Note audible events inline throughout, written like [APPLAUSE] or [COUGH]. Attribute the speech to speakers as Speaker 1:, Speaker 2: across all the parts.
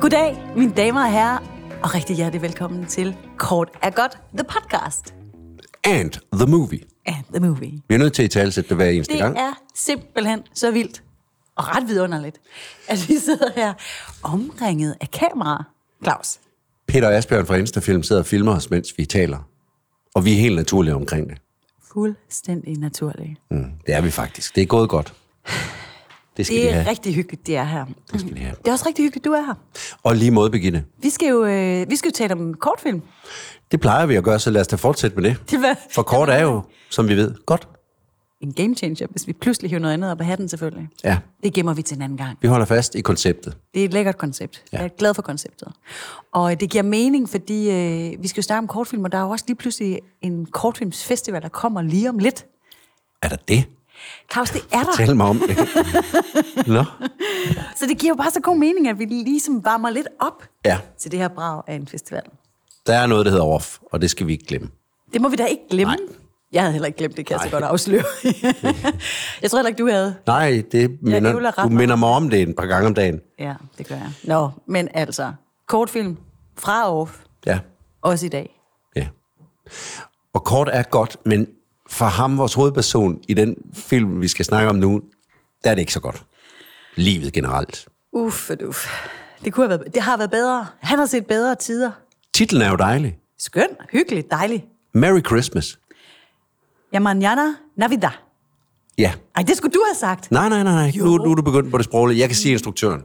Speaker 1: Goddag, mine damer og herrer, og rigtig hjertelig velkommen til Kort er godt, the podcast
Speaker 2: and the movie.
Speaker 1: and the movie.
Speaker 2: Vi er nødt til at talsætte det hver eneste
Speaker 1: Det
Speaker 2: gang.
Speaker 1: er simpelthen så vildt og ret vidunderligt, at vi sidder her omringet af kameraer. Claus,
Speaker 2: Peter Asbjørn fra Instafilm sidder og filmer os, mens vi taler. Og vi er helt naturlige omkring det.
Speaker 1: fuldstændig naturlig.
Speaker 2: Mm, det er vi faktisk. Det er gået godt. Det skal det
Speaker 1: Det
Speaker 2: de
Speaker 1: er
Speaker 2: have.
Speaker 1: rigtig hyggeligt, det er her.
Speaker 2: Det skal de have.
Speaker 1: Det er også rigtig hyggeligt, du er her.
Speaker 2: Og lige måde, Birgitte.
Speaker 1: Vi skal jo, øh, vi skal jo tale om kortfilm.
Speaker 2: Det plejer vi at gøre, så lad os da fortsætte med det.
Speaker 1: Det var
Speaker 2: For kort er jo, som vi ved, godt.
Speaker 1: en game changer, hvis vi pludselig hiver noget andet op af hatten selvfølgelig.
Speaker 2: Ja,
Speaker 1: Det gemmer vi til en anden gang.
Speaker 2: vi holder fast i konceptet.
Speaker 1: Det er et lækkert koncept. Ja. Jeg er glad for konceptet. Og øh, det giver mening, fordi øh, vi skal jo snakke om kortfilm, og der er jo også lige pludselig en kortfilmsfestival, der kommer lige om lidt.
Speaker 2: Er der det?
Speaker 1: Claus, det er der.
Speaker 2: Tal mig om
Speaker 1: [LAUGHS]
Speaker 2: det. Nå?
Speaker 1: Så det giver jo bare så god mening, at vi ligesom varmer lidt op
Speaker 2: Ja,
Speaker 1: til det her brag af en festival.
Speaker 2: der er noget, der hedder off, og det skal vi ikke glemme.
Speaker 1: Det må vi da ikke glemme. Nej. Jeg havde heller ikke glemt det, kan jeg så godt afsløre. [LAUGHS] jeg tror heller ikke, du havde.
Speaker 2: Nej, det minder,
Speaker 1: ævler ret
Speaker 2: du
Speaker 1: meget.
Speaker 2: minder mig om det en par gange om dagen.
Speaker 1: Ja, det gør jeg. Nå, men altså, kortfilm fra og off,
Speaker 2: Ja,
Speaker 1: også i dag.
Speaker 2: Ja. Og kort er godt, men for ham, vores hovedperson i den film, vi skal snakke om nu, der er det ikke så godt. Livet generelt.
Speaker 1: Uff, og uff. Det, kunne have været, det har været bedre. Han har set bedre tider.
Speaker 2: Titlen er jo dejlig.
Speaker 1: Skøn, hyggelig, dejlig.
Speaker 2: Merry Christmas.
Speaker 1: Ja, manana, navidad.
Speaker 2: Ja.
Speaker 1: Ej, det skulle du have sagt.
Speaker 2: Nej, nej, nej, nej. Nu, nu er du begyndt på det sproglige. Jeg kan sige instruktøren.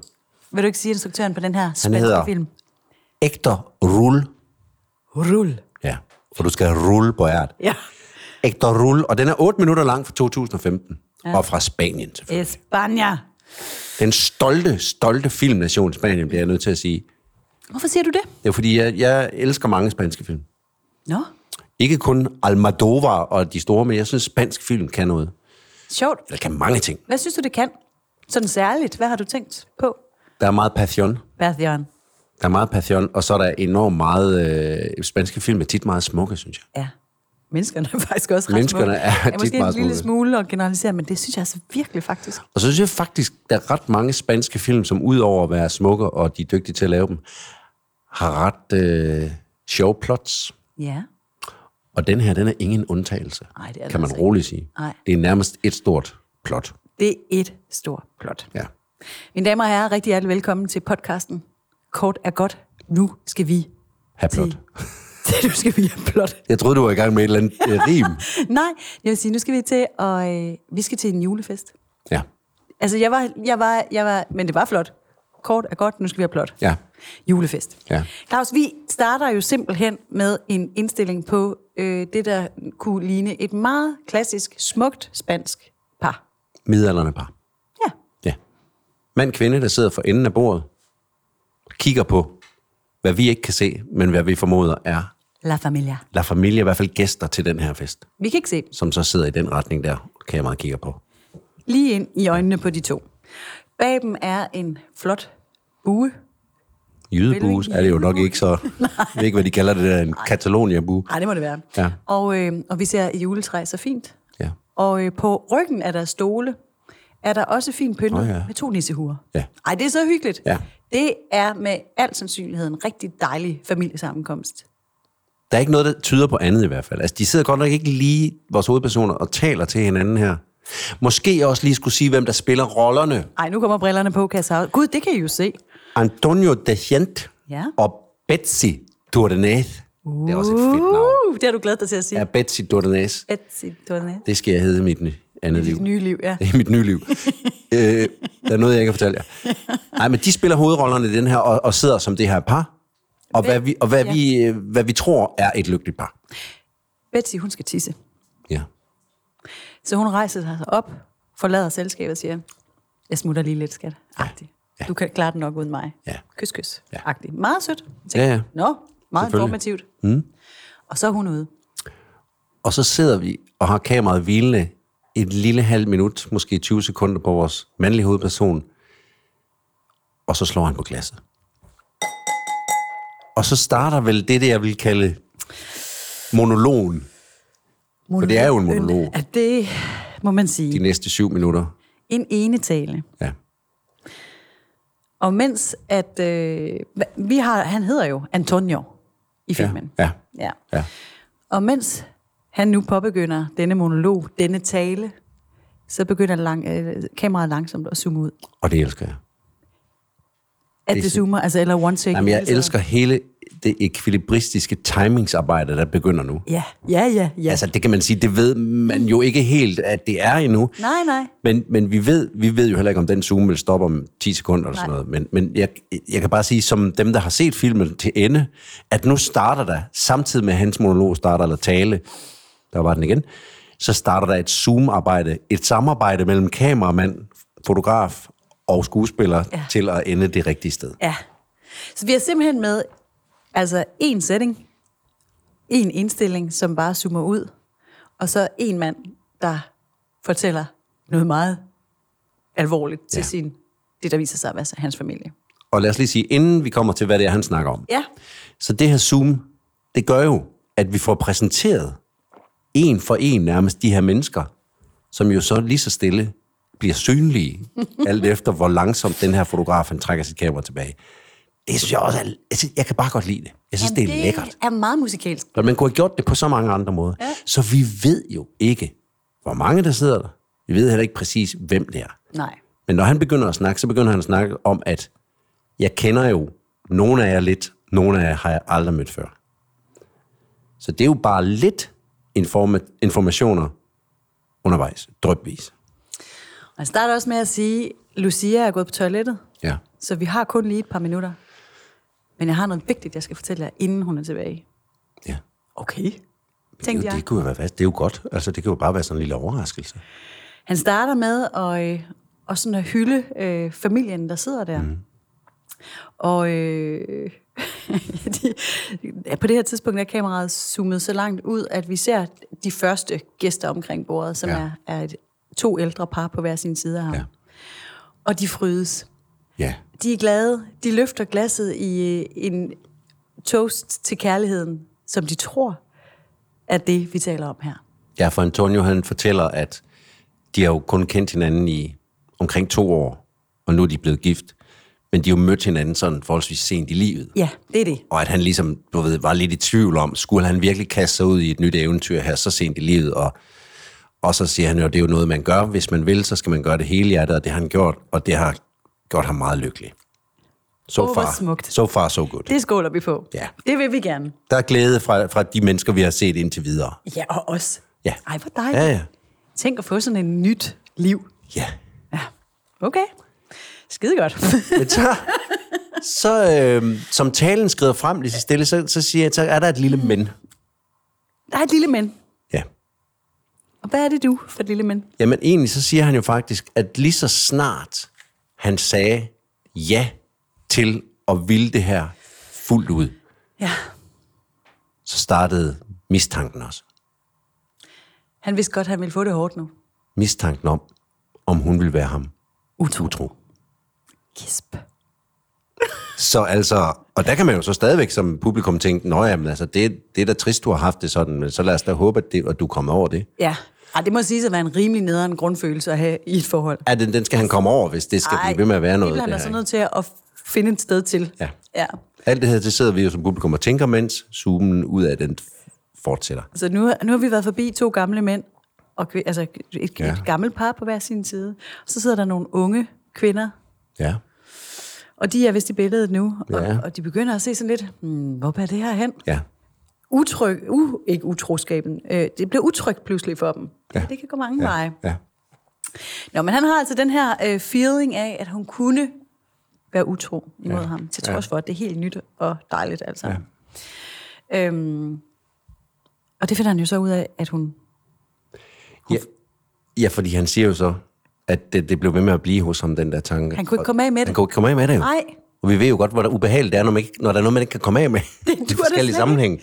Speaker 1: Vil du ikke sige instruktøren på den her spanske
Speaker 2: hedder-
Speaker 1: film?
Speaker 2: Ægter rull.
Speaker 1: Rul.
Speaker 2: Ja, for du skal rulle på ært.
Speaker 1: Ja.
Speaker 2: Ægter rull, og den er 8 minutter lang fra 2015. Ja. Og fra Spanien, selvfølgelig.
Speaker 1: Espanja.
Speaker 2: Den stolte, stolte filmnation Spanien, bliver jeg nødt til at sige.
Speaker 1: Hvorfor siger du det?
Speaker 2: Det er fordi, jeg, jeg elsker mange spanske film.
Speaker 1: Nå,
Speaker 2: Ikke kun Almodovar og de store, men jeg synes, spansk film kan noget.
Speaker 1: sjovt.
Speaker 2: Eller kan mange ting.
Speaker 1: Hvad synes du, det kan? Sådan særligt. Hvad har du tænkt på,
Speaker 2: Der er meget passion.
Speaker 1: Bert Jørgen?
Speaker 2: Der er meget passion, og så er der enormt meget... Øh, spanske film er tit meget smukke, synes jeg.
Speaker 1: Ja. Menneskerne er faktisk også ret
Speaker 2: Menneskerne
Speaker 1: smukke.
Speaker 2: er
Speaker 1: Jeg
Speaker 2: tit
Speaker 1: måske en
Speaker 2: meget
Speaker 1: lille
Speaker 2: smukke.
Speaker 1: smule og generalisere, men det synes jeg altså virkelig faktisk.
Speaker 2: Og så synes jeg faktisk, der er ret mange spanske film, som udover at være smukke, og de er dygtige til at lave dem, har ret øh, sjove plots.
Speaker 1: Ja.
Speaker 2: Og den her, den er ingen undtagelse,
Speaker 1: Ej, det er den
Speaker 2: kan man
Speaker 1: altså
Speaker 2: roligt sige.
Speaker 1: Nej.
Speaker 2: Det er nærmest et stort plot.
Speaker 1: Det er et stort plot.
Speaker 2: Ja.
Speaker 1: Mine damer og herrer, rigtig hjertelig velkommen til podcasten. Kort er godt. Nu skal vi...
Speaker 2: Have plot.
Speaker 1: Til, til, nu skal vi have plot.
Speaker 2: Jeg troede, du var i gang med et eller andet øh, rim.
Speaker 1: Nej, jeg vil sige, nu skal vi til, og øh, vi skal til en julefest.
Speaker 2: Ja.
Speaker 1: Altså, jeg var, jeg var, jeg var, men det var flot. Kort er godt, nu skal vi have plot.
Speaker 2: Ja.
Speaker 1: Julefest.
Speaker 2: Ja.
Speaker 1: Claus, vi starter jo simpelthen med en indstilling på øh, det, der kunne ligne et meget klassisk, smukt spansk par.
Speaker 2: Midalderne par.
Speaker 1: Ja,
Speaker 2: Ja. Mand kvinde, der sidder for enden af bordet, kigger på, hvad vi ikke kan se, men hvad vi formoder er
Speaker 1: La Familia.
Speaker 2: La Familia, i hvert fald gæster til den her fest,
Speaker 1: Vi kan ikke se dem.
Speaker 2: som så sidder i den retning der, kameraet kigger på.
Speaker 1: lige ind i øjnene på de to. Bag dem er en flot bue.
Speaker 2: Jydebus er det jo nok ikke så... Jeg ved ikke, hvad de kalder det der, en katalonia bu.
Speaker 1: Nej, det må det være.
Speaker 2: Ja.
Speaker 1: Og, øh, og vi ser et juletræ så fint.
Speaker 2: Ja.
Speaker 1: Og øh, på ryggen af deres stole er der også fint pyntet
Speaker 2: Nå
Speaker 1: oh,
Speaker 2: ja.
Speaker 1: ja. med to nissehuer.
Speaker 2: Ja.
Speaker 1: Ej, det er så hyggeligt.
Speaker 2: Ja.
Speaker 1: Det er med al sandsynlighed en rigtig dejlig familiesammenkomst.
Speaker 2: Der er ikke noget, der tyder på andet i hvert fald. Altså, de sidder godt nok ikke lige, vores hovedpersoner, og taler til hinanden her. Måske jeg også lige skulle sige, hvem der spiller rollerne.
Speaker 1: Ej, nu kommer brillerne på, kan jeg så... Gud, det kan I jo se.
Speaker 2: Antonio Dejent
Speaker 1: Ja.
Speaker 2: og Betsy Dordenaz. Uh. Det er også et fedt navn.
Speaker 1: Uh, det har du glædet dig til at sige.
Speaker 2: er Betsy Dordenaz.
Speaker 1: Betsy Dornæs.
Speaker 2: Det skal jeg hedde i mit ny- andet liv.
Speaker 1: Dit nye liv, ja.
Speaker 2: I mit nye liv. øh, der er noget, jeg ikke har fortalt jer. Nej, men de spiller hovedrollerne i den her, og, og sidder som det her par. Og, hvad vi, og hvad, ja. vi, øh, hvad vi tror er et lykkeligt par.
Speaker 1: Betsy, hun skal tisse.
Speaker 2: Ja.
Speaker 1: Så hun rejser sig op, forlader selskabet og siger, jeg smutter lige lidt, skat. Agtig. Ja. Du kan klare den nok uden mig.
Speaker 2: Ja.
Speaker 1: Kys, kys.
Speaker 2: Ja.
Speaker 1: Agtig. Meget sødt. Jeg
Speaker 2: Ja, ja.
Speaker 1: Nå, meget
Speaker 2: Selvfølgelig.
Speaker 1: informativt. Mm. Og så er hun ude.
Speaker 2: Og så sidder vi og har kameraet hvilende et lille halvt minut, måske 20 sekunder på vores mandlige hovedperson. Og så slår han på glasset. Og så starter vel det, det jeg vil kalde monologen
Speaker 1: Monologen,
Speaker 2: det er jo en monolog.
Speaker 1: At det må man sige.
Speaker 2: de næste syv minutter.
Speaker 1: En enetale.
Speaker 2: Ja.
Speaker 1: Og mens at... Øh, hva- vi har, han hedder jo Antonio i filmen.
Speaker 2: Ja.
Speaker 1: ja.
Speaker 2: Ja.
Speaker 1: Og mens han nu påbegynder denne monolog, denne tale, så begynder lang, øh, kameraet langsomt at zoome ud.
Speaker 2: Og det elsker jeg.
Speaker 1: At det,
Speaker 2: er-
Speaker 1: zoomer, altså eller one take.
Speaker 2: Jamen,
Speaker 1: i det
Speaker 2: jeg
Speaker 1: hele taget.
Speaker 2: elsker hele det ekvilibristiske timingsarbejde, der begynder nu.
Speaker 1: Ja, ja, ja, ja.
Speaker 2: Altså, det kan man sige, det ved man jo ikke helt, at det er endnu.
Speaker 1: Nej, nej.
Speaker 2: Men, men vi, ved, vi ved jo heller ikke, om den zoom vil stoppe om 10 sekunder eller sådan noget. Men, men jeg, jeg kan bare sige, som dem, der har set filmen til ende, at nu starter der, samtidig med at hans monolog starter, eller tale, der var den igen, så starter der et zoom-arbejde, et samarbejde mellem kameramand, fotograf og skuespiller ja. til at ende det rigtige sted.
Speaker 1: Ja. Så vi er simpelthen med altså en setting, en indstilling, som bare zoomer ud, og så en mand, der fortæller noget meget alvorligt til
Speaker 2: Ja.
Speaker 1: ja. sin, det der viser sig at være hans familie.
Speaker 2: Og lad os lige sige, inden vi kommer til, hvad det er, han snakker om.
Speaker 1: Ja.
Speaker 2: Så det her Zoom, det gør jo, at vi får præsenteret en for en nærmest de her mennesker, som jo så lige så stille bliver [LAUGHS] synlige, alt efter hvor langsomt den her fotograf, han trækker sit kamera tilbage. Det synes jeg også er, altså, jeg kan bare godt lide det. Jeg synes, det er lækkert.
Speaker 1: er meget musikalsk.
Speaker 2: Men man kunne have gjort det på så mange andre måder. Ja. Så vi ved jo ikke, hvor mange der sidder der. Vi ved heller ikke præcis, hvem det er.
Speaker 1: Nej.
Speaker 2: Men når han begynder at snakke, så begynder han at snakke om, at jeg kender jo nogle af jer lidt, nogle af jer har jeg aldrig mødt før. Så det er jo bare lidt informa- informationer undervejs, drøbvis.
Speaker 1: Og han starter også med at sige, Lucia er gået på toilettet,
Speaker 2: Ja.
Speaker 1: så vi har kun lige et par minutter. Men jeg har noget vigtigt, jeg skal fortælle jer, inden hun er tilbage.
Speaker 2: ja.
Speaker 1: Okay.
Speaker 2: Jo,
Speaker 1: Tænkte jeg.
Speaker 2: det, kunne jo være, hvad- det er jo godt. Altså, det kan jo bare være sådan en lille overraskelse.
Speaker 1: Han starter med at, øh, og sådan at hylde øh, familien, der sidder der. Mm. Og øh, [LAUGHS] de, ja, på det her tidspunkt er kameraet zoomet så langt ud, at vi ser de første gæster omkring bordet, som
Speaker 2: Ja.
Speaker 1: ja. er, er et, to ældre par på hver sin side af ham.
Speaker 2: Ja.
Speaker 1: Ja. Og de frydes.
Speaker 2: Ja.
Speaker 1: De er glade. De løfter glasset i øh, en toast til kærligheden, som de tror er det, vi taler om her.
Speaker 2: Ja, for Antonio han fortæller, at de har jo kun kendt hinanden i omkring to år, og nu er de blevet gift. Men de har jo mødt hinanden sådan forholdsvis sent i livet.
Speaker 1: Ja, det er det.
Speaker 2: og at han ligesom, du ved, var lidt i tvivl om, skulle han virkelig kaste sig ud i et nyt eventyr her så sent i livet, og, og så siger han jo, det er jo noget, man gør, hvis man vil, så skal man gøre det hele hjertet, og det har han gjort, og det har gjort ham meget lykkelig. So
Speaker 1: Åh, hvor
Speaker 2: far,
Speaker 1: smukt.
Speaker 2: so far, so good.
Speaker 1: Det skåler vi på.
Speaker 2: Ja.
Speaker 1: Det vil vi gerne.
Speaker 2: Der er glæde fra, fra de mennesker, vi har set indtil videre.
Speaker 1: Ja, og os.
Speaker 2: Ja.
Speaker 1: Ej, hvor dejligt.
Speaker 2: Ja, ja.
Speaker 1: Tænk at få sådan en nyt liv.
Speaker 2: Ja.
Speaker 1: Ja. Okay. Skide godt. [LAUGHS]
Speaker 2: Men så, så øh, som talen skrider frem lige så stille, så, så siger jeg, så er der et lille men.
Speaker 1: Der er et lille men.
Speaker 2: Ja.
Speaker 1: Og hvad er det du for et lille men?
Speaker 2: Jamen egentlig så siger han jo faktisk, at lige så snart han sagde ja til at ville det her fuldt ud,
Speaker 1: Ja.
Speaker 2: så startede mistanken også.
Speaker 1: Han vidste godt, at han ville få det hårdt nu.
Speaker 2: Mistanken om, om hun ville være ham
Speaker 1: Utro.
Speaker 2: utro.
Speaker 1: Kisp.
Speaker 2: Så altså, og der kan man jo så stadigvæk som publikum tænke, nå jamen altså, det, det er da trist, du har haft det sådan, men så lad os da håbe, at, det, at du kommer over det.
Speaker 1: Ja. Ej, det må sige at være en rimelig nederen grundfølelse at have i et forhold.
Speaker 2: Ja, den, den skal han komme over, hvis det skal blive ved med at være
Speaker 1: Det
Speaker 2: noget.
Speaker 1: bliver han
Speaker 2: det
Speaker 1: altså
Speaker 2: her,
Speaker 1: nødt til at finde et sted til.
Speaker 2: Ja.
Speaker 1: ja.
Speaker 2: ikke? Alt det her, det sidder vi jo som publikum og tænker, mens zoomen ud af den fortsætter.
Speaker 1: Så nu, nu har vi været forbi to gamle mænd, og kvi- altså et, ja.
Speaker 2: Ja.
Speaker 1: et gammelt par på hver sin side. Og så sidder der nogle unge kvinder,
Speaker 2: Ja.
Speaker 1: Og de er vist i billedet nu, og,
Speaker 2: Ja.
Speaker 1: ja. og de begynder at se sådan lidt, hmm, hvor bærer det her hen?
Speaker 2: Ja.
Speaker 1: Utryg, u, ikke utroskaben, øh, det bliver utrygt pludselig for dem. Ja. Det kan gå mange ja. veje.
Speaker 2: Ja.
Speaker 1: Nå, men han har altså den her øh, feeling af, at hun kunne være utro imod ja. ham, til trods ja. for, at det er helt nyt og dejligt alt sammen. Ja. Øhm, og det finder han jo så ud af, at hun...
Speaker 2: Ja, ja, fordi han siger jo så, at det, det blev ved med at blive hos ham, den der tanke.
Speaker 1: Han kunne ikke komme af med
Speaker 2: Han
Speaker 1: det.
Speaker 2: kunne ikke komme af med det jo.
Speaker 1: Nej.
Speaker 2: Og vi ved jo godt, hvor der ubehageligt det er, når, man ikke, når der er noget, man ikke kan komme af med. [LAUGHS]
Speaker 1: dur
Speaker 2: I
Speaker 1: det
Speaker 2: forskellige
Speaker 1: slet
Speaker 2: sammenhæng.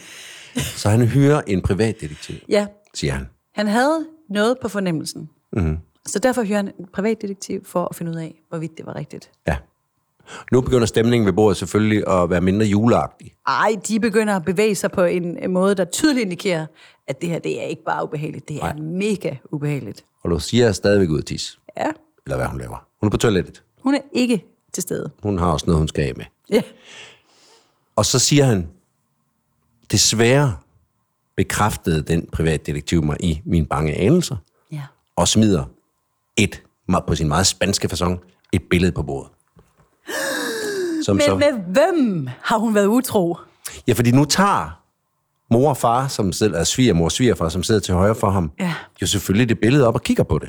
Speaker 2: Så han hyrer en privatdetektiv,
Speaker 1: Ja,
Speaker 2: siger han.
Speaker 1: han havde noget på fornemmelsen.
Speaker 2: Mhm.
Speaker 1: Mm-hmm. Så derfor hører han en privatdetektiv for at finde ud af, hvorvidt det var rigtigt.
Speaker 2: Ja. Nu begynder stemningen ved bordet selvfølgelig at være mindre juleagtig.
Speaker 1: Ej, de begynder at bevæge sig på en måde, der tydeligt indikerer, at det her, det er ikke bare ubehageligt, det er
Speaker 2: Nej.
Speaker 1: Nej. mega ubehageligt.
Speaker 2: Og Lucia er stadigvæk ude at tisse.
Speaker 1: Ja,
Speaker 2: Eller hvad hun laver. Hun er på toilettet.
Speaker 1: hun er ikke til stede.
Speaker 2: Hun har også noget, hun skal af med.
Speaker 1: Ja.
Speaker 2: Og så siger han, desværre bekræftede den privatdetektiv mig i mine bange anelser,
Speaker 1: ja.
Speaker 2: og smider et, på sin meget spanske façon, et billede på
Speaker 1: [GASPS]
Speaker 2: bordet. Som
Speaker 1: Men med hvem har hun været utro?
Speaker 2: Ja, fordi nu tager mor og far, som sidder, altså svigermor og svigerfar, som sidder til højre for ham,
Speaker 1: Ja.
Speaker 2: jo selvfølgelig det billede op og kigger på det.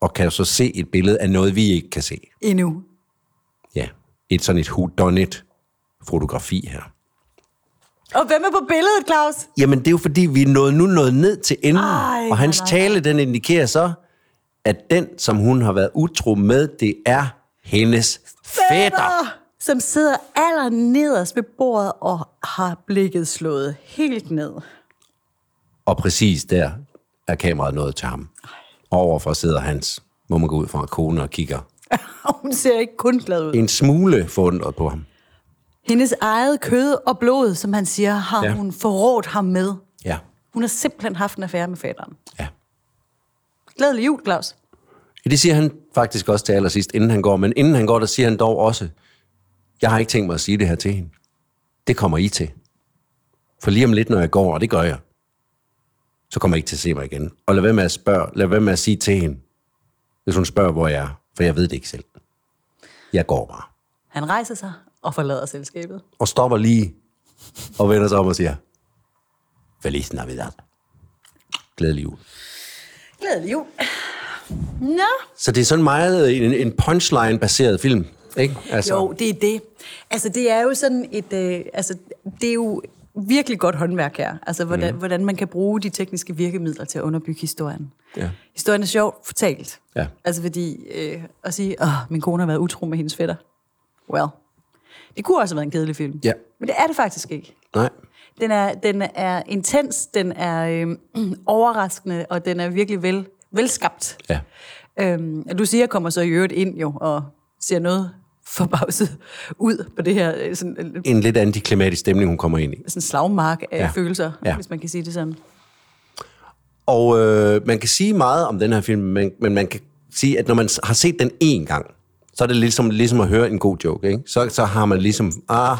Speaker 2: Og kan jo så se et billede af noget, vi ikke kan se.
Speaker 1: Endnu.
Speaker 2: Ja, et sådan et whodunit fotografi her.
Speaker 1: Og hvem er på billedet, Claus?
Speaker 2: Jamen, det er jo fordi, vi er nået nu noget ned til enden,
Speaker 1: Ej,
Speaker 2: og hans
Speaker 1: nej, nej.
Speaker 2: tale, den indikerer så, at den, som hun har været utro med, det er hendes fætter.
Speaker 1: Som sidder aller nederst ved bordet og har blikket slået helt ned. [LAUGHS]
Speaker 2: Og præcis der er kameraet nået til ham. Overfor sidder hans, må man gå ud fra, kone og kigger
Speaker 1: Og hun ser ikke kun glad ud.
Speaker 2: en smule forundret på ham.
Speaker 1: Hendes eget kød og blod, som han siger, har
Speaker 2: Ja.
Speaker 1: ja. hun forrådt ham med.
Speaker 2: Ja,
Speaker 1: Hun har simpelthen haft en affære med fætteren.
Speaker 2: ja.
Speaker 1: Glædelig jul, Claus.
Speaker 2: Det siger han faktisk også til allersidst, inden han går. Men inden han går, der siger han dog også, jeg har ikke tænkt mig at sige det her til hende. Det kommer I til. For lige om lidt, når jeg går, og det gør jeg, så kommer I ikke til at se mig igen. Og lad være med at spørge, lad være med at sige til hende, hvis hun spørger, hvor jeg er, for jeg ved det ikke selv. Jeg går bare.
Speaker 1: Han rejser sig og forlader selskabet.
Speaker 2: og stopper lige og vender sig om og siger, Feliz Navidad. Glædelig jul.
Speaker 1: Glædelig jul. Nå.
Speaker 2: Så det er sådan meget en, en punchline-baseret film, ikke? Altså,
Speaker 1: Jo, det er det. Altså, det er jo sådan et... Øh, altså, det er jo virkelig godt håndværk her. Altså, hvordan,
Speaker 2: Mhm.
Speaker 1: mm. hvordan man kan bruge de tekniske virkemidler til at underbygge historien.
Speaker 2: Ja.
Speaker 1: Historien er sjovt fortalt.
Speaker 2: Ja.
Speaker 1: Altså, fordi øh, at sige, åh, min kone har været utro med hendes fætter. Well, det kunne også have været en kedelig film.
Speaker 2: Ja.
Speaker 1: Men det er det faktisk ikke.
Speaker 2: Nej.
Speaker 1: Den er, den er intens, den er øhm, [CLEARS THROAT] overraskende, og den er virkelig vel, velskabt.
Speaker 2: Ja.
Speaker 1: Øhm, og Lucia kommer så i øvrigt ind jo, og ser noget forbavset ud på det her øh, sådan, øh,
Speaker 2: En lidt antiklimatisk stemning, hun kommer ind i.
Speaker 1: sådan slagmark af
Speaker 2: Ja.
Speaker 1: ja. følelser,
Speaker 2: Ja.
Speaker 1: ja. hvis man kan sige det sådan.
Speaker 2: Og øh, man kan sige meget om den her film, men, men man kan sige, at når man har set den én gang, så er det ligesom, ligesom at høre en god joke, ikke? Så, så har man ligesom, ah,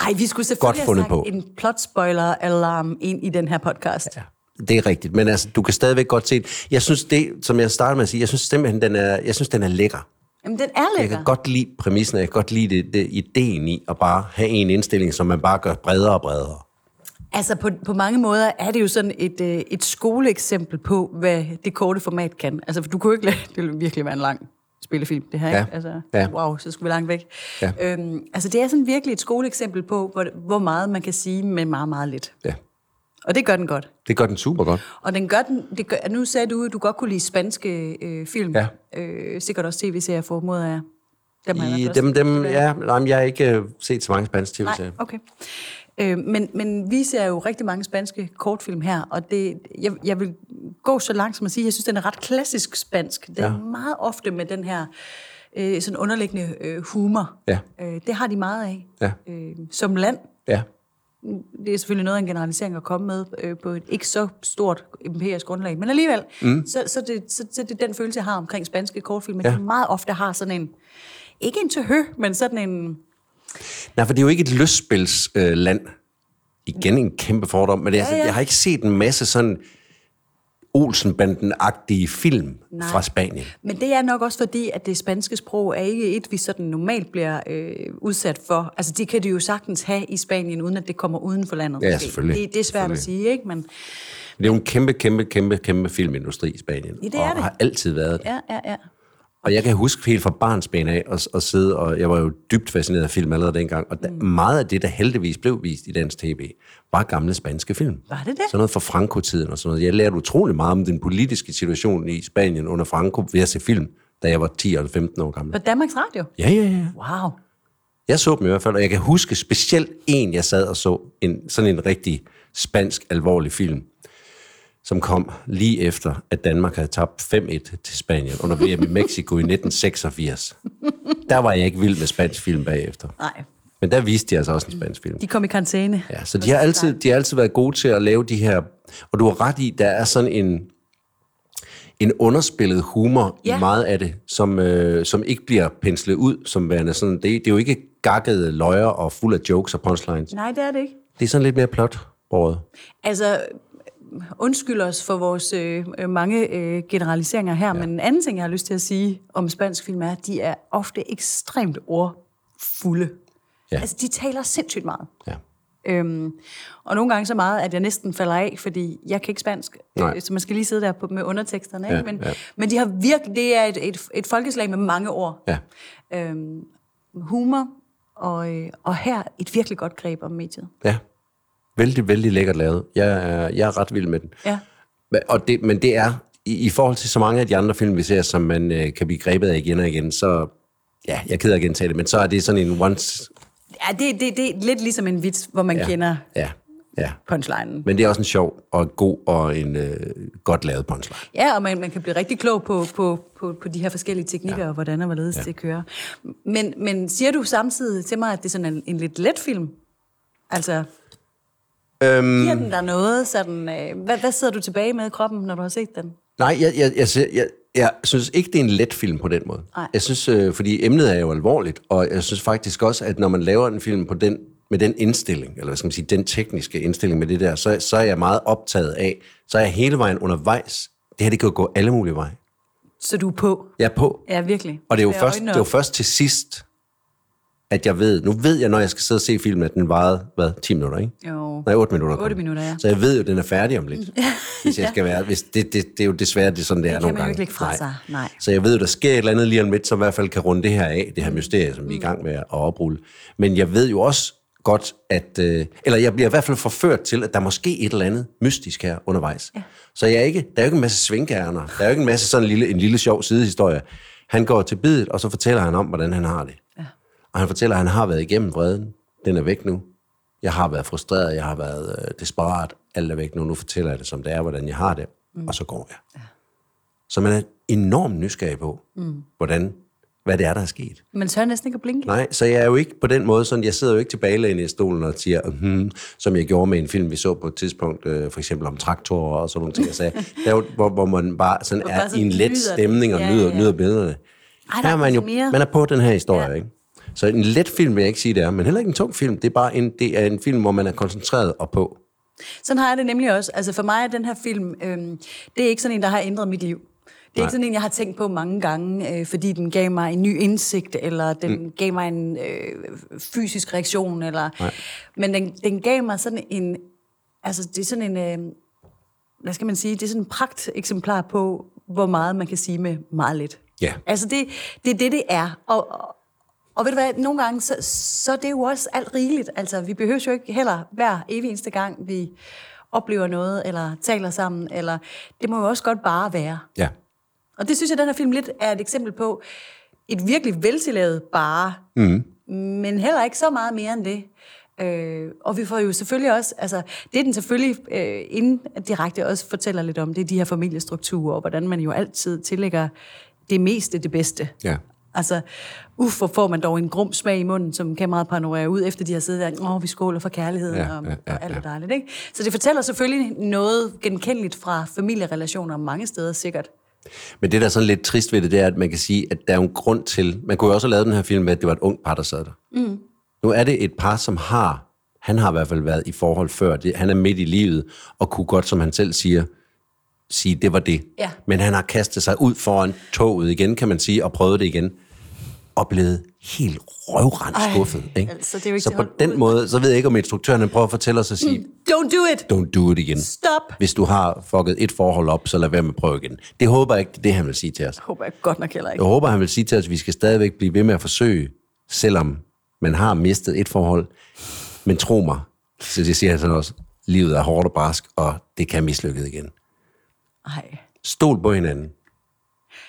Speaker 1: Ej, vi skulle selvfølgelig
Speaker 2: fundet
Speaker 1: have
Speaker 2: på.
Speaker 1: sagt en plot-spoiler-alarm ind i den her podcast. Ja.
Speaker 2: det er rigtigt, men altså, du kan stadigvæk godt se det. Jeg synes det, som jeg startede med at sige, jeg synes simpelthen, den er, jeg synes, den er lækker.
Speaker 1: Jamen, den er
Speaker 2: Jeg kan
Speaker 1: lækker.
Speaker 2: godt lide præmissen, og jeg kan godt lide det, det, ideen i at bare have en indstilling, som man bare gør bredere og bredere.
Speaker 1: Altså, på, på mange måder er det jo sådan et, øh, et skoleeksempel på, hvad det korte format kan. Altså, for du kunne jo ikke lade, [LAUGHS] det ville virkelig være en lang spillefilm, det her,
Speaker 2: Ja.
Speaker 1: ikke? Altså,
Speaker 2: Ja.
Speaker 1: wow, så skulle vi langt væk.
Speaker 2: Ja.
Speaker 1: Øhm, altså, det er sådan virkelig et skoleeksempel på, hvor, hvor meget man kan sige med meget, meget lidt.
Speaker 2: Ja,
Speaker 1: Og det gør den godt.
Speaker 2: det gør den super godt.
Speaker 1: Og den gør den, det gør, nu sagde du, at du godt kunne lide spanske øh, film.
Speaker 2: Ja.
Speaker 1: Øh, sikkert også tv-serier, formoder jeg. Dem har jeg i
Speaker 2: I
Speaker 1: hvert fald
Speaker 2: dem,
Speaker 1: også
Speaker 2: dem,
Speaker 1: set.
Speaker 2: ja, nej, men jeg har ikke øh, set så mange spanske tv
Speaker 1: Nej, okay. Øh, men, men vi ser jo rigtig mange spanske kortfilm her, og det, jeg, jeg vil gå så langt som at sige, at jeg synes, den er ret klassisk spansk. Den ja.
Speaker 2: Ja.
Speaker 1: er meget ofte med den her øh, sådan underliggende øh, humor.
Speaker 2: Ja.
Speaker 1: Øh, det har de meget af.
Speaker 2: Ja.
Speaker 1: Øh, som land,
Speaker 2: Ja,
Speaker 1: det er selvfølgelig noget af en generalisering at komme med øh, på et ikke så stort empirisk grundlag, men alligevel, mm. så, så, det, så, så det er den følelse, jeg har omkring spanske kortfilm, at
Speaker 2: Ja.
Speaker 1: ja. de meget ofte har sådan en, ikke en tøhø, men sådan en...
Speaker 2: Nej, for det er jo ikke et lystspilsland. Øh, land. Igen en kæmpe fordom, men jeg, ja,
Speaker 1: Ja,
Speaker 2: ja.
Speaker 1: ja.
Speaker 2: jeg har ikke set en masse sådan Olsenbanden-agtige film Nej.
Speaker 1: Nej.
Speaker 2: fra Spanien.
Speaker 1: Men det er nok også fordi, at det spanske sprog er ikke et, vi sådan normalt bliver øh, udsat for. Altså, det kan de jo sagtens have i Spanien, uden at det kommer uden for landet.
Speaker 2: Ja,
Speaker 1: måske.
Speaker 2: selvfølgelig.
Speaker 1: Det, det er svært at sige, ikke? Men
Speaker 2: Det er jo en kæmpe, kæmpe, kæmpe, kæmpe filmindustri i Spanien.
Speaker 1: Ja, det
Speaker 2: og
Speaker 1: er det.
Speaker 2: har altid været det.
Speaker 1: ja, ja, ja.
Speaker 2: Og jeg kan huske helt fra barnsben af at, at sidde, og jeg var jo dybt fascineret af film allerede dengang, og mm. meget af det, der heldigvis blev vist i dansk tv, var gamle spanske film.
Speaker 1: Var det det?
Speaker 2: Sådan noget fra Franco-tiden og sådan noget. Jeg lærte utrolig meget om den politiske situation i Spanien under Franco ved at se film, da jeg var 10 eller 15 år gammel.
Speaker 1: På Danmarks Radio?
Speaker 2: Ja, ja, ja.
Speaker 1: Wow.
Speaker 2: Jeg så dem i hvert fald, og jeg kan huske specielt en, jeg sad og så, en, sådan en rigtig spansk alvorlig film, som kom lige efter, at Danmark havde tabt 5-1 til Spanien under VM i Mexico i 1986. Der var jeg ikke vild med spansk film bagefter.
Speaker 1: Nej,
Speaker 2: Men der viste de altså også en spansk film.
Speaker 1: de kom i karantæne.
Speaker 2: Ja, så de har, altid, de har altid været gode til at lave de her... Og du har ret i, der er sådan en, en underspillet humor ja.
Speaker 1: Ja.
Speaker 2: i meget af det, som, øh, som ikke bliver penslet ud som værende sådan. Det, det er jo ikke gakkede løjer og fuld af jokes og punchlines.
Speaker 1: Nej, det er det ikke.
Speaker 2: Det er sådan lidt mere plot borget.
Speaker 1: Altså, undskyld os for vores øh, øh, mange øh, generaliseringer her, ja. men en anden ting, jeg har lyst til at sige om spansk film, er, at de er ofte ekstremt ordfulde.
Speaker 2: Ja.
Speaker 1: Ja. Altså, de taler sindssygt meget.
Speaker 2: Ja.
Speaker 1: Øhm, og nogle gange så meget, at jeg næsten falder af, fordi jeg kan ikke spansk,
Speaker 2: Nej.
Speaker 1: øh, så man skal lige sidde der på, med underteksterne. Ja,
Speaker 2: Ja,
Speaker 1: ikke? Men,
Speaker 2: ja.
Speaker 1: ja. men de har virkelig, det er et, et, et folkeslag med mange ord.
Speaker 2: Ja.
Speaker 1: Øhm, humor, og, øh, og her et virkelig godt greb om mediet.
Speaker 2: ja. Vældig, vældig lækkert lavet. Jeg er, jeg er ret vild med den.
Speaker 1: Ja.
Speaker 2: Men- Og det, men det er, i, i forhold til så mange af de andre film, vi ser, som man øh, kan blive grebet af igen og igen, så, ja, jeg er ked af at gentage det, men så er det sådan en once...
Speaker 1: Ja, det, det, det er lidt ligesom en vits, hvor man ja. kender
Speaker 2: Ja, ja.
Speaker 1: punchlinen.
Speaker 2: Men det er også en sjov og god og en øh, godt lavet punchline.
Speaker 1: Ja, og man, man kan blive rigtig klog på, på, på, på de her forskellige teknikker, ja. og hvordan og hvorledes ja. det kører. Men, men siger du samtidig til mig, at det er sådan en, en lidt let film? Altså,
Speaker 2: Øhm,
Speaker 1: giver den der noget sådan... Øh, hvad, hvad sidder du tilbage med i kroppen, når du har set den?
Speaker 2: nej, jeg, jeg, jeg, ser- jeg, jeg synes ikke, det er en let film på den måde.
Speaker 1: Nej.
Speaker 2: Jeg synes, øh, fordi emnet er jo alvorligt, og jeg synes faktisk også, at når man laver en film på den, med den indstilling, eller hvad skal man sige, den tekniske indstilling med det der, så, så er jeg meget optaget af, så er jeg hele vejen undervejs. Det her, det kan jo gå alle mulige veje.
Speaker 1: Så du er på?
Speaker 2: Jeg er på.
Speaker 1: Ja, virkelig.
Speaker 2: Og det er jo
Speaker 1: Med
Speaker 2: først, det
Speaker 1: øjnene
Speaker 2: er jo
Speaker 1: op.
Speaker 2: først til sidst, at jeg ved, nu ved jeg, når jeg skal sidde og se filmen, at den varede, hvad, 10 minutter, ikke?
Speaker 1: Jo.
Speaker 2: Nej, 8 minutter. kun.
Speaker 1: Otte minutter, ja.
Speaker 2: Så jeg ved jo, at den er færdig om
Speaker 1: [LAUGHS]
Speaker 2: lidt. hvis jeg skal være, hvis det, det, det, er jo desværre det, er sådan, det, er
Speaker 1: kan
Speaker 2: nogle
Speaker 1: man jo
Speaker 2: gange.
Speaker 1: ikke lægge fra sig, nej.
Speaker 2: Så jeg ved jo, der sker et eller andet lige om lidt, som i hvert fald kan runde det her af, det her mysterie, som vi er i gang med at oprulle. Men jeg ved jo også godt, at... Øh, eller jeg bliver i hvert fald forført til, at der er måske et eller andet mystisk her undervejs. Ja. Så jeg er ikke, der er jo ikke en masse svingærner. Der er jo ikke en masse sådan en lille, en lille sjov sidehistorie. Han går til bidet, og så fortæller han om, hvordan han har det. Ja. Og han fortæller, at han har været igennem vreden. Den er væk nu. Jeg har været frustreret, jeg har været øh, desperat. Alt er væk nu. Nu fortæller jeg det, som det er, hvordan jeg har det. Mm. Og så går jeg. Så man er enormt nysgerrig på, mm. hvordan, hvad det er, der er sket.
Speaker 1: Man tør næsten ikke at blinke.
Speaker 2: Nej, så jeg er jo ikke på den måde sådan, jeg sidder jo ikke tilbage i stolen og siger, hmm, som jeg gjorde med en film, vi så på et tidspunkt, øh, for eksempel om traktorer og sådan nogle ting, jeg sagde, der, er jo- hvor, hvor man bare sådan
Speaker 1: Hvor
Speaker 2: er
Speaker 1: bare sådan
Speaker 2: i en let
Speaker 1: nyder det.
Speaker 2: stemning og
Speaker 1: Ja,
Speaker 2: ja, nyder,
Speaker 1: ja.
Speaker 2: ja. nyder billederne.
Speaker 1: Ej, der
Speaker 2: Her er
Speaker 1: er
Speaker 2: man jo,
Speaker 1: lidt mere.
Speaker 2: man er på den her historie, ja. ikke? Så en let film vil jeg ikke sige, det er, men heller ikke en tung film. Det er bare en, det er en film, hvor man er koncentreret og på.
Speaker 1: Sådan har jeg det nemlig også. Altså for mig er den her film, øhm, det er ikke sådan en, der har ændret mit liv. Det er Nej. ikke sådan en, jeg har tænkt på mange gange, øh, fordi den gav mig en ny indsigt, eller den mm. gav mig en øh, fysisk reaktion. Eller, men den, den gav mig sådan en... Altså det er sådan en... Øh, hvad skal man sige? Det er sådan en pragt eksemplar på, hvor meget man kan sige med meget lidt.
Speaker 2: Ja.
Speaker 1: Altså det, det er det, det er. Og, og- og ved du hvad, nogle gange, så, så er det jo også alt rigeligt. Altså, vi behøver jo ikke heller hver evig eneste gang, vi oplever noget, eller taler sammen, eller det må jo også godt bare være.
Speaker 2: Ja,
Speaker 1: Og det synes jeg, den her film lidt er et eksempel på et virkelig veltillavet bare,
Speaker 2: Mhm.
Speaker 1: mm. men heller ikke så meget mere end det. Øh, og vi får jo selvfølgelig også, altså det den selvfølgelig øh, indirekte også fortæller lidt om, det er de her familiestrukturer, og hvordan man jo altid tillægger det meste det bedste.
Speaker 2: ja.
Speaker 1: Altså, uff, hvor får man dog en grum smag i munden, som kameraet panorerer ud, efter de har siddet der, åh, vi skåler for kærligheden,
Speaker 2: Ja,
Speaker 1: ja, og,
Speaker 2: ja,
Speaker 1: ja,
Speaker 2: ja,
Speaker 1: og alt er dejligt, ikke? Så det fortæller selvfølgelig noget genkendeligt fra familierelationer mange steder sikkert.
Speaker 2: Men det, der er sådan lidt trist ved det, det er, at man kan sige, at der er jo en grund til... Man kunne jo også have lavet den her film med, at det var et ungt par, der sad der. Mm. Nu er det et par, som har... Han har i hvert fald været i forhold før. Det, han er midt i livet, og kunne godt, som han selv siger, sige, det var det.
Speaker 1: Ja.
Speaker 2: Men han har kastet sig ud foran toget igen, kan man sige, og prøvet det igen. Og blevet helt røvrendt
Speaker 1: Ej,
Speaker 2: skuffet. Ikke?
Speaker 1: altså, det er jo ikke
Speaker 2: så
Speaker 1: til
Speaker 2: på
Speaker 1: at holde
Speaker 2: den måde, så ved jeg ikke, om instruktøren han prøver at fortælle os at sige, mm.
Speaker 1: Don't do it!
Speaker 2: don't do it igen.
Speaker 1: Stop!
Speaker 2: Hvis du har fucket et forhold op, så lad være med at prøve igen. Det håber jeg ikke, det er det, han vil sige til os.
Speaker 1: Håber jeg godt nok heller ikke.
Speaker 2: Jeg håber, han vil sige til os, at vi skal stadigvæk blive ved med at forsøge, selvom man har mistet et forhold. Men tro mig, så det siger han sådan også, livet er hårdt og barsk, og det kan mislykkes igen.
Speaker 1: Ej.
Speaker 2: Stol på hinanden.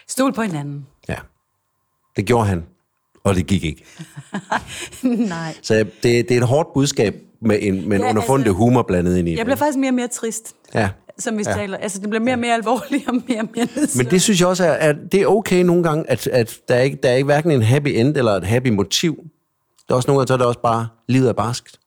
Speaker 1: Stol på hinanden.
Speaker 2: Ja. Det gjorde han, og det gik ikke.
Speaker 1: [LAUGHS] Nej.
Speaker 2: Så jeg- det, det er et hårdt budskab med en, med en ja,
Speaker 1: Ja,
Speaker 2: underfundet
Speaker 1: altså,
Speaker 2: altså, humor blandet ind i.
Speaker 1: Jeg bliver faktisk mere og mere trist,
Speaker 2: Ja.
Speaker 1: som vi ja. taler. Altså, det bliver mere og mere alvorligt og mere og mere
Speaker 2: Men
Speaker 1: nedslående.
Speaker 2: det synes jeg også er, at det er okay nogle gange, at, at der, er ikke, der er ikke hverken en happy end eller et happy motiv. Der er også nogle gange, så er det også bare, livet er barskt.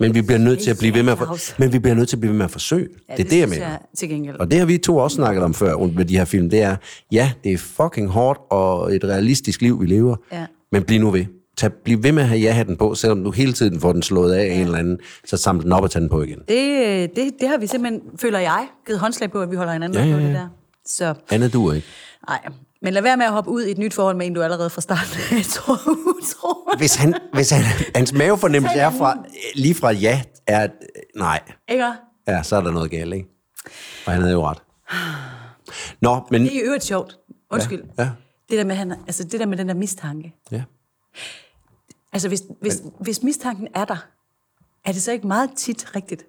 Speaker 2: Men vi bliver nødt til at blive ved med at,
Speaker 1: Claus.
Speaker 2: for- men vi bliver nødt til at blive ved med at forsøge. Ja, det, det er det, jeg
Speaker 1: synes
Speaker 2: mener. Jeg.
Speaker 1: Til gengæld.
Speaker 2: Og det har vi to også snakket om før rundt med de her film. Det er, ja, det er fucking hårdt og et realistisk liv, vi lever.
Speaker 1: Ja.
Speaker 2: Men bliv nu ved. Tag, bliv ved med at have ja-hatten på, selvom du hele tiden får den slået af af en eller anden. Så samle den op og tag den på igen.
Speaker 1: Det, øh, det, det har vi simpelthen, føler jeg, givet håndslag på, at vi holder hinanden
Speaker 2: Ja,
Speaker 1: op på
Speaker 2: ja,
Speaker 1: det
Speaker 2: ja.
Speaker 1: der. Så,
Speaker 2: Andet duer ikke.
Speaker 1: nej. Men lad være med at hoppe ud i et nyt forhold med en, du allerede fra starten af [LAUGHS] tror, utro.
Speaker 2: Hvis, han, hvis han, hans mavefornemmelse er fra, lige fra ja, er at, øh, nej,
Speaker 1: Ikke? også?
Speaker 2: ja, så er der noget galt, ikke? Og han havde jo ret. Nå, men
Speaker 1: Det er i øvrigt sjovt. Undskyld.
Speaker 2: Ja, ja.
Speaker 1: Det, der med, han, altså, det der med den der mistanke.
Speaker 2: ja,
Speaker 1: Altså, hvis, hvis, hvis mistanken er der, er det så ikke meget tit rigtigt?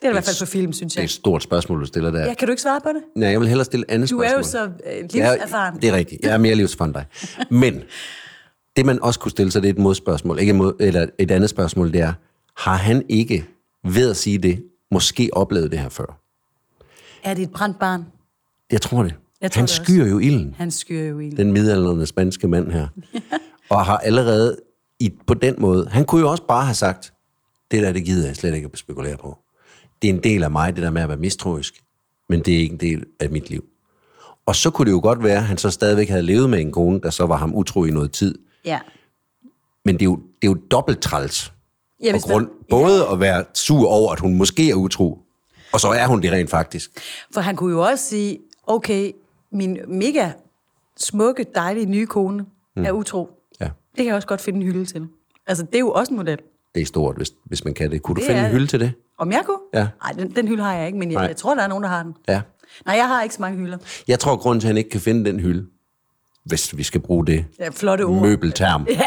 Speaker 1: Det er der i hvert fald på film, synes
Speaker 2: det er
Speaker 1: jeg.
Speaker 2: et stort spørgsmål, du stiller der.
Speaker 1: Ja, kan du ikke svare på det?
Speaker 2: Nej, jeg vil hellere stille et andet
Speaker 1: Du er
Speaker 2: spørgsmål.
Speaker 1: jo så øh,
Speaker 2: Jeg er-
Speaker 1: livserfaren.
Speaker 2: Det er rigtigt. Jeg er mere livsfaren end dig. Men det, man også kunne stille sig, det er et modspørgsmål. Ikke et mod, eller et andet spørgsmål, det er, har han ikke ved at sige det, måske oplevet det her før?
Speaker 1: Er det et brændt barn?
Speaker 2: Jeg tror det.
Speaker 1: Jeg tror
Speaker 2: han
Speaker 1: det også.
Speaker 2: skyr jo ilden,
Speaker 1: Han skyer jo egentlig.
Speaker 2: den midalderne spanske mand her. og har allerede i, på den måde... Han kunne jo også bare have sagt, det der, det gider jeg slet ikke at spekulere på. Det er en del af mig, det der med at være mistroisk, men det er ikke en del af mit liv. Og så kunne det jo godt være, at han så stadigvæk havde levet med en kone, der så var ham utro i noget tid.
Speaker 1: Ja.
Speaker 2: Men det er jo, det er jo dobbelt træls
Speaker 1: Ja,
Speaker 2: ja, på
Speaker 1: hvis man-
Speaker 2: grund. Man, Både at være sur over, at hun måske er utro, og så er hun det rent faktisk.
Speaker 1: For han kunne jo også sige, okay, min mega smukke, dejlige nye kone mm.
Speaker 2: Hmm.
Speaker 1: er utro.
Speaker 2: Ja,
Speaker 1: Det kan jeg også godt finde en hylde til. Altså, det er jo også en model.
Speaker 2: det er stort, hvis, hvis man kan det. Kunne du
Speaker 1: Det
Speaker 2: finde
Speaker 1: er
Speaker 2: en
Speaker 1: det.
Speaker 2: hylde til det?
Speaker 1: Om jeg kunne?
Speaker 2: Ja.
Speaker 1: Nej, den, den hylde har jeg ikke, men jeg,
Speaker 2: Nej.
Speaker 1: jeg tror, der er nogen, der har den.
Speaker 2: Ja.
Speaker 1: Nej, jeg har ikke så mange hylder.
Speaker 2: Jeg tror, grunden til, at han ikke kan finde den hylde, hvis vi skal bruge det
Speaker 1: Ja, flotte ord.
Speaker 2: møbelterm,
Speaker 1: [LAUGHS] Ja.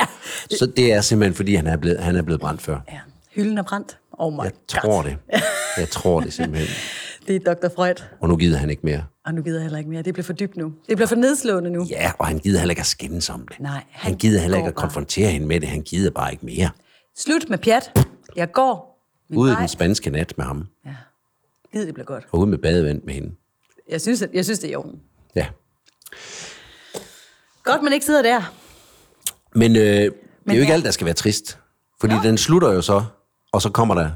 Speaker 2: så det er simpelthen, fordi han er blevet, han er blevet brændt før.
Speaker 1: ja. Hylden er brændt. Oh my
Speaker 2: Jeg
Speaker 1: God.
Speaker 2: tror det. Jeg tror det simpelthen.
Speaker 1: Det er Dr. Freud.
Speaker 2: Og nu gider han ikke mere.
Speaker 1: Og nu gider jeg heller ikke mere. Det bliver for dybt nu. Det bliver for nedslående nu.
Speaker 2: Ja, og han gider heller ikke at skændes om det.
Speaker 1: Nej,
Speaker 2: han,
Speaker 1: han
Speaker 2: han gider heller ikke
Speaker 1: går
Speaker 2: at
Speaker 1: bare.
Speaker 2: konfrontere hende med det. Han gider bare ikke mere.
Speaker 1: Slut med pjat. Jeg går. Men
Speaker 2: Ude i
Speaker 1: nej.
Speaker 2: den spanske nat med ham.
Speaker 1: Ja. Gid, det bliver godt.
Speaker 2: Og ude med badevand med hende.
Speaker 1: Jeg synes, at, jeg synes det er i orden.
Speaker 2: Ja.
Speaker 1: Godt, man ikke sidder der.
Speaker 2: Men, øh, det er jo ikke
Speaker 1: ja.
Speaker 2: alt, der skal være trist. Fordi den slutter jo så, og så kommer der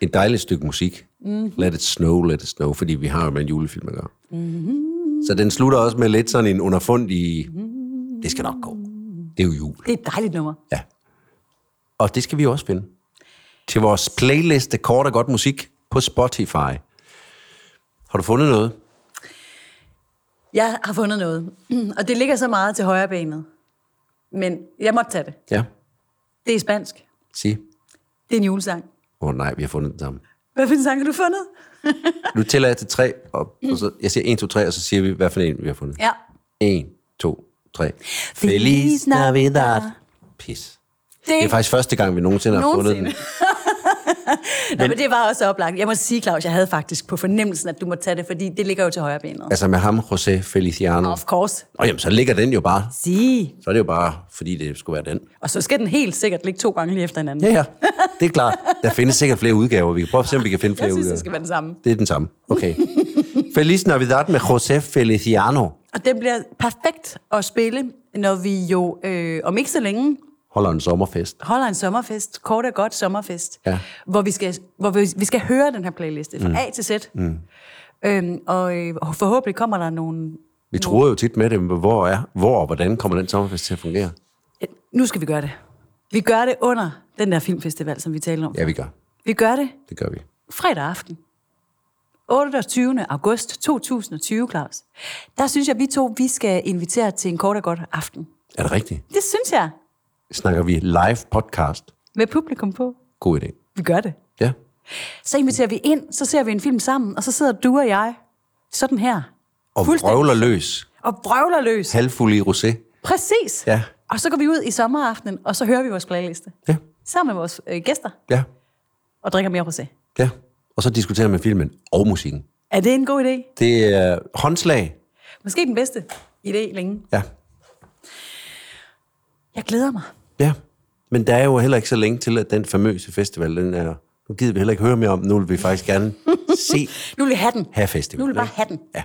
Speaker 2: et dejligt stykke musik. Mm. Let it snow, let it snow. Fordi vi har jo med en julefilm at gøre. Mm. Så den slutter også med lidt sådan en underfund i, det skal nok gå. Det er jo jul.
Speaker 1: Det er et dejligt nummer.
Speaker 2: Ja. Og det skal vi jo også finde. Til vores playliste Kort og Godt Musik på Spotify. Har du fundet noget?
Speaker 1: Jeg har fundet noget, [CLEARS THROAT] og det ligger så meget til højre benet. Men jeg måtte tage det.
Speaker 2: Ja.
Speaker 1: Det er spansk.
Speaker 2: Sig.
Speaker 1: Det er en julesang.
Speaker 2: Åh oh, nej, vi har fundet den sammen.
Speaker 1: Hvad for en sang har du fundet?
Speaker 2: Nu tæller jeg til tre, og, og så, jeg siger 1, 2, 3, og så siger vi, hvad for en vi har fundet.
Speaker 1: Ja.
Speaker 2: 1, 2, 3. Feliz Navidad. Pis.
Speaker 1: Det,
Speaker 2: Det er faktisk første gang, vi nogensinde har fundet den.
Speaker 1: Nogensinde. Nå, men det var også oplagt. Jeg må sige, Claus, jeg havde faktisk på fornemmelsen, at du måtte tage det, fordi det ligger jo til højre benet.
Speaker 2: Altså med ham, José Feliciano.
Speaker 1: Of course.
Speaker 2: Og jamen, så ligger den jo bare.
Speaker 1: Sige.
Speaker 2: Så er det jo bare, fordi det skulle være den.
Speaker 1: Og så skal den helt sikkert ligge to gange lige efter hinanden.
Speaker 2: Ja, ja. Det er klart. Der findes sikkert flere udgaver. Vi kan prøve at se, om vi kan finde flere
Speaker 1: jeg synes,
Speaker 2: udgaver.
Speaker 1: det skal være den samme.
Speaker 2: Det er den samme. Okay. Feliz Navidad med José Feliciano.
Speaker 1: Og det bliver perfekt at spille, når vi jo øh, om ikke så længe
Speaker 2: Holder en sommerfest.
Speaker 1: holder en sommerfest, kort og godt sommerfest,
Speaker 2: Ja.
Speaker 1: hvor, vi skal, hvor vi, vi skal høre den her playliste fra mm. A til Z. Mm. Øhm, og øh, forhåbentlig kommer der nogle...
Speaker 2: Vi troede jo tit med det, men hvor, er, hvor og hvordan kommer den sommerfest til at fungere?
Speaker 1: Ja, øh, Nu skal vi gøre det. Vi gør det under den der filmfestival, som vi taler om.
Speaker 2: Ja, vi gør.
Speaker 1: Vi gør det
Speaker 2: Det gør vi.
Speaker 1: fredag aften. 28. august 2020, Claus. Der synes jeg, vi to vi skal invitere til en kort og godt aften.
Speaker 2: Er det rigtigt?
Speaker 1: Det synes jeg.
Speaker 2: Snakker vi live podcast?
Speaker 1: Med publikum på.
Speaker 2: God idé.
Speaker 1: Vi gør det.
Speaker 2: Ja.
Speaker 1: Så inviterer vi ind, så ser vi en film sammen, og så sidder du og jeg sådan her.
Speaker 2: Og
Speaker 1: Fuldstændig.
Speaker 2: vrøvler løs.
Speaker 1: Og vrøvler løs.
Speaker 2: Halvfuld i rosé.
Speaker 1: Præcis.
Speaker 2: Ja.
Speaker 1: Og så går vi ud i sommeraftenen, og så hører vi vores playliste.
Speaker 2: Ja.
Speaker 1: Sammen med vores øh, gæster,
Speaker 2: Ja.
Speaker 1: og drikker mere rosé.
Speaker 2: Ja. Og så diskuterer man filmen og musikken.
Speaker 1: Er det en god idé?
Speaker 2: Det er håndslag.
Speaker 1: Måske den bedste idé længe.
Speaker 2: Ja.
Speaker 1: Jeg glæder mig.
Speaker 2: Ja. Men der er jo heller ikke så længe til, at den famøse festival, den er... Nu gider vi heller ikke høre mere om, den. nu vil vi faktisk
Speaker 1: [LAUGHS]
Speaker 2: gerne se
Speaker 1: Nu vil jeg have den.
Speaker 2: have festival.
Speaker 1: Nu vil jeg bare
Speaker 2: ikke?
Speaker 1: have den.
Speaker 2: Ja.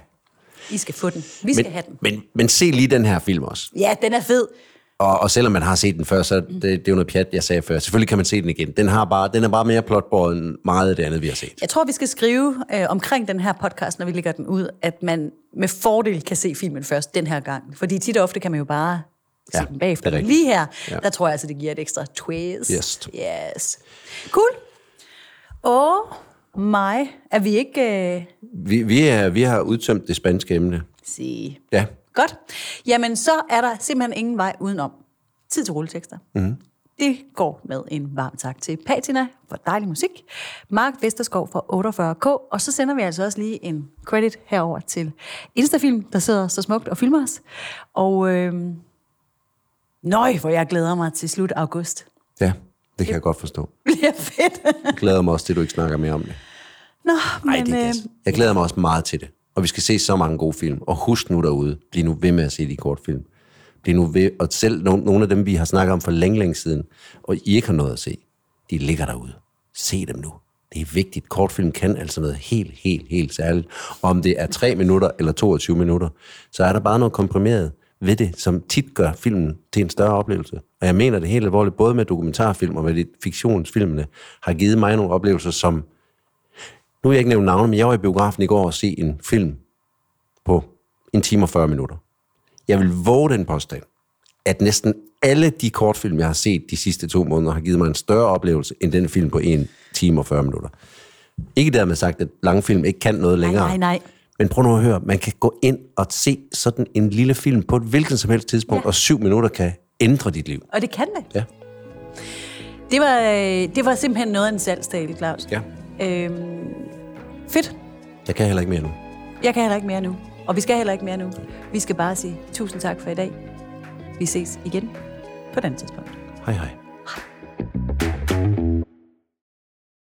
Speaker 1: I skal få den. Vi skal
Speaker 2: Men,
Speaker 1: have den.
Speaker 2: men, men se lige den her film også.
Speaker 1: Ja, den er fed.
Speaker 2: Og, og selvom man har set den før, så
Speaker 1: Mm.
Speaker 2: det, det er jo noget pjat, jeg sagde før. Selvfølgelig kan man se den igen. Den, har bare, den er bare mere plotbåret end meget af det andet, vi har set.
Speaker 1: Jeg tror, vi skal skrive øh, omkring den her podcast, når vi lægger den ud, at man med fordel kan se filmen først den her gang. Fordi tit og ofte kan man jo bare se
Speaker 2: Ja,
Speaker 1: ja, den bagefter.
Speaker 2: det er
Speaker 1: Men
Speaker 2: rigtigt.
Speaker 1: Lige her,
Speaker 2: Ja.
Speaker 1: ja. der tror jeg altså, det giver et ekstra twist.
Speaker 2: Yes.
Speaker 1: yes. Cool. Åh, mig. Er vi ikke... Øh,
Speaker 2: Vi, vi, er, vi har udtømt det spanske emne.
Speaker 1: sige...
Speaker 2: Ja,
Speaker 1: Godt. Jamen, så er der simpelthen ingen vej udenom. Tid til rulletekster. Mm.
Speaker 2: Mhm.
Speaker 1: Det går med en varm tak til Patina for dejlig musik, Mark Vesterskov fra 48K, og så sender vi altså også lige en credit herover til Instafilm, der sidder så smukt og filmer os. Og øhm, nøj, hvor jeg glæder mig til slut august. [LAUGHS]
Speaker 2: ja, det kan jeg godt forstå.
Speaker 1: Det bliver fedt.
Speaker 2: Jeg glæder mig også til, at du ikke snakker mere om det.
Speaker 1: Nå,
Speaker 2: Ej,
Speaker 1: men
Speaker 2: det er
Speaker 1: øh,
Speaker 2: gas. Jeg glæder mig også meget til det. Og vi skal se så mange gode film. Og husk nu derude, bliv nu ved med at se de kortfilm. Bliv nu ved, og selv no- nogle af dem, vi har snakket om for længe, længe siden, og I ikke har noget at se, de ligger derude. Se dem nu. Det er vigtigt. Kortfilm kan altså noget helt, helt, helt særligt. Og om det er 3 minutter eller 22 minutter, så er der bare noget komprimeret ved det, som tit gør filmen til en større oplevelse. Og jeg mener det helt alvorligt, både med dokumentarfilm og med de fiktionsfilmene, har givet mig nogle oplevelser, som nu vil jeg ikke nævne navne, men jeg var i biografen i går og se en film på en time og 40 minutter. Jeg vil våge den påstand, at næsten alle de kortfilm, jeg har set de sidste to måneder, har givet mig en større oplevelse end den film på en time og 40 minutter. Ikke dermed sagt, at lange film ikke kan noget længere.
Speaker 1: nej, nej.
Speaker 2: Men prøv nu at høre, man kan gå ind og se sådan en lille film på et hvilket som helst tidspunkt, ja.
Speaker 1: Ja.
Speaker 2: og syv minutter kan ændre dit liv.
Speaker 1: og det kan det.
Speaker 2: Ja.
Speaker 1: Det var, øh, det var simpelthen noget af en salgstale, Claus.
Speaker 2: ja.
Speaker 1: Øhm, fedt.
Speaker 2: Jeg kan heller ikke mere nu.
Speaker 1: Jeg kan heller ikke mere nu. Og vi skal heller ikke mere nu. Vi skal bare sige tusind tak for i dag. Vi ses igen på et andet tidspunkt.
Speaker 2: Hej hej.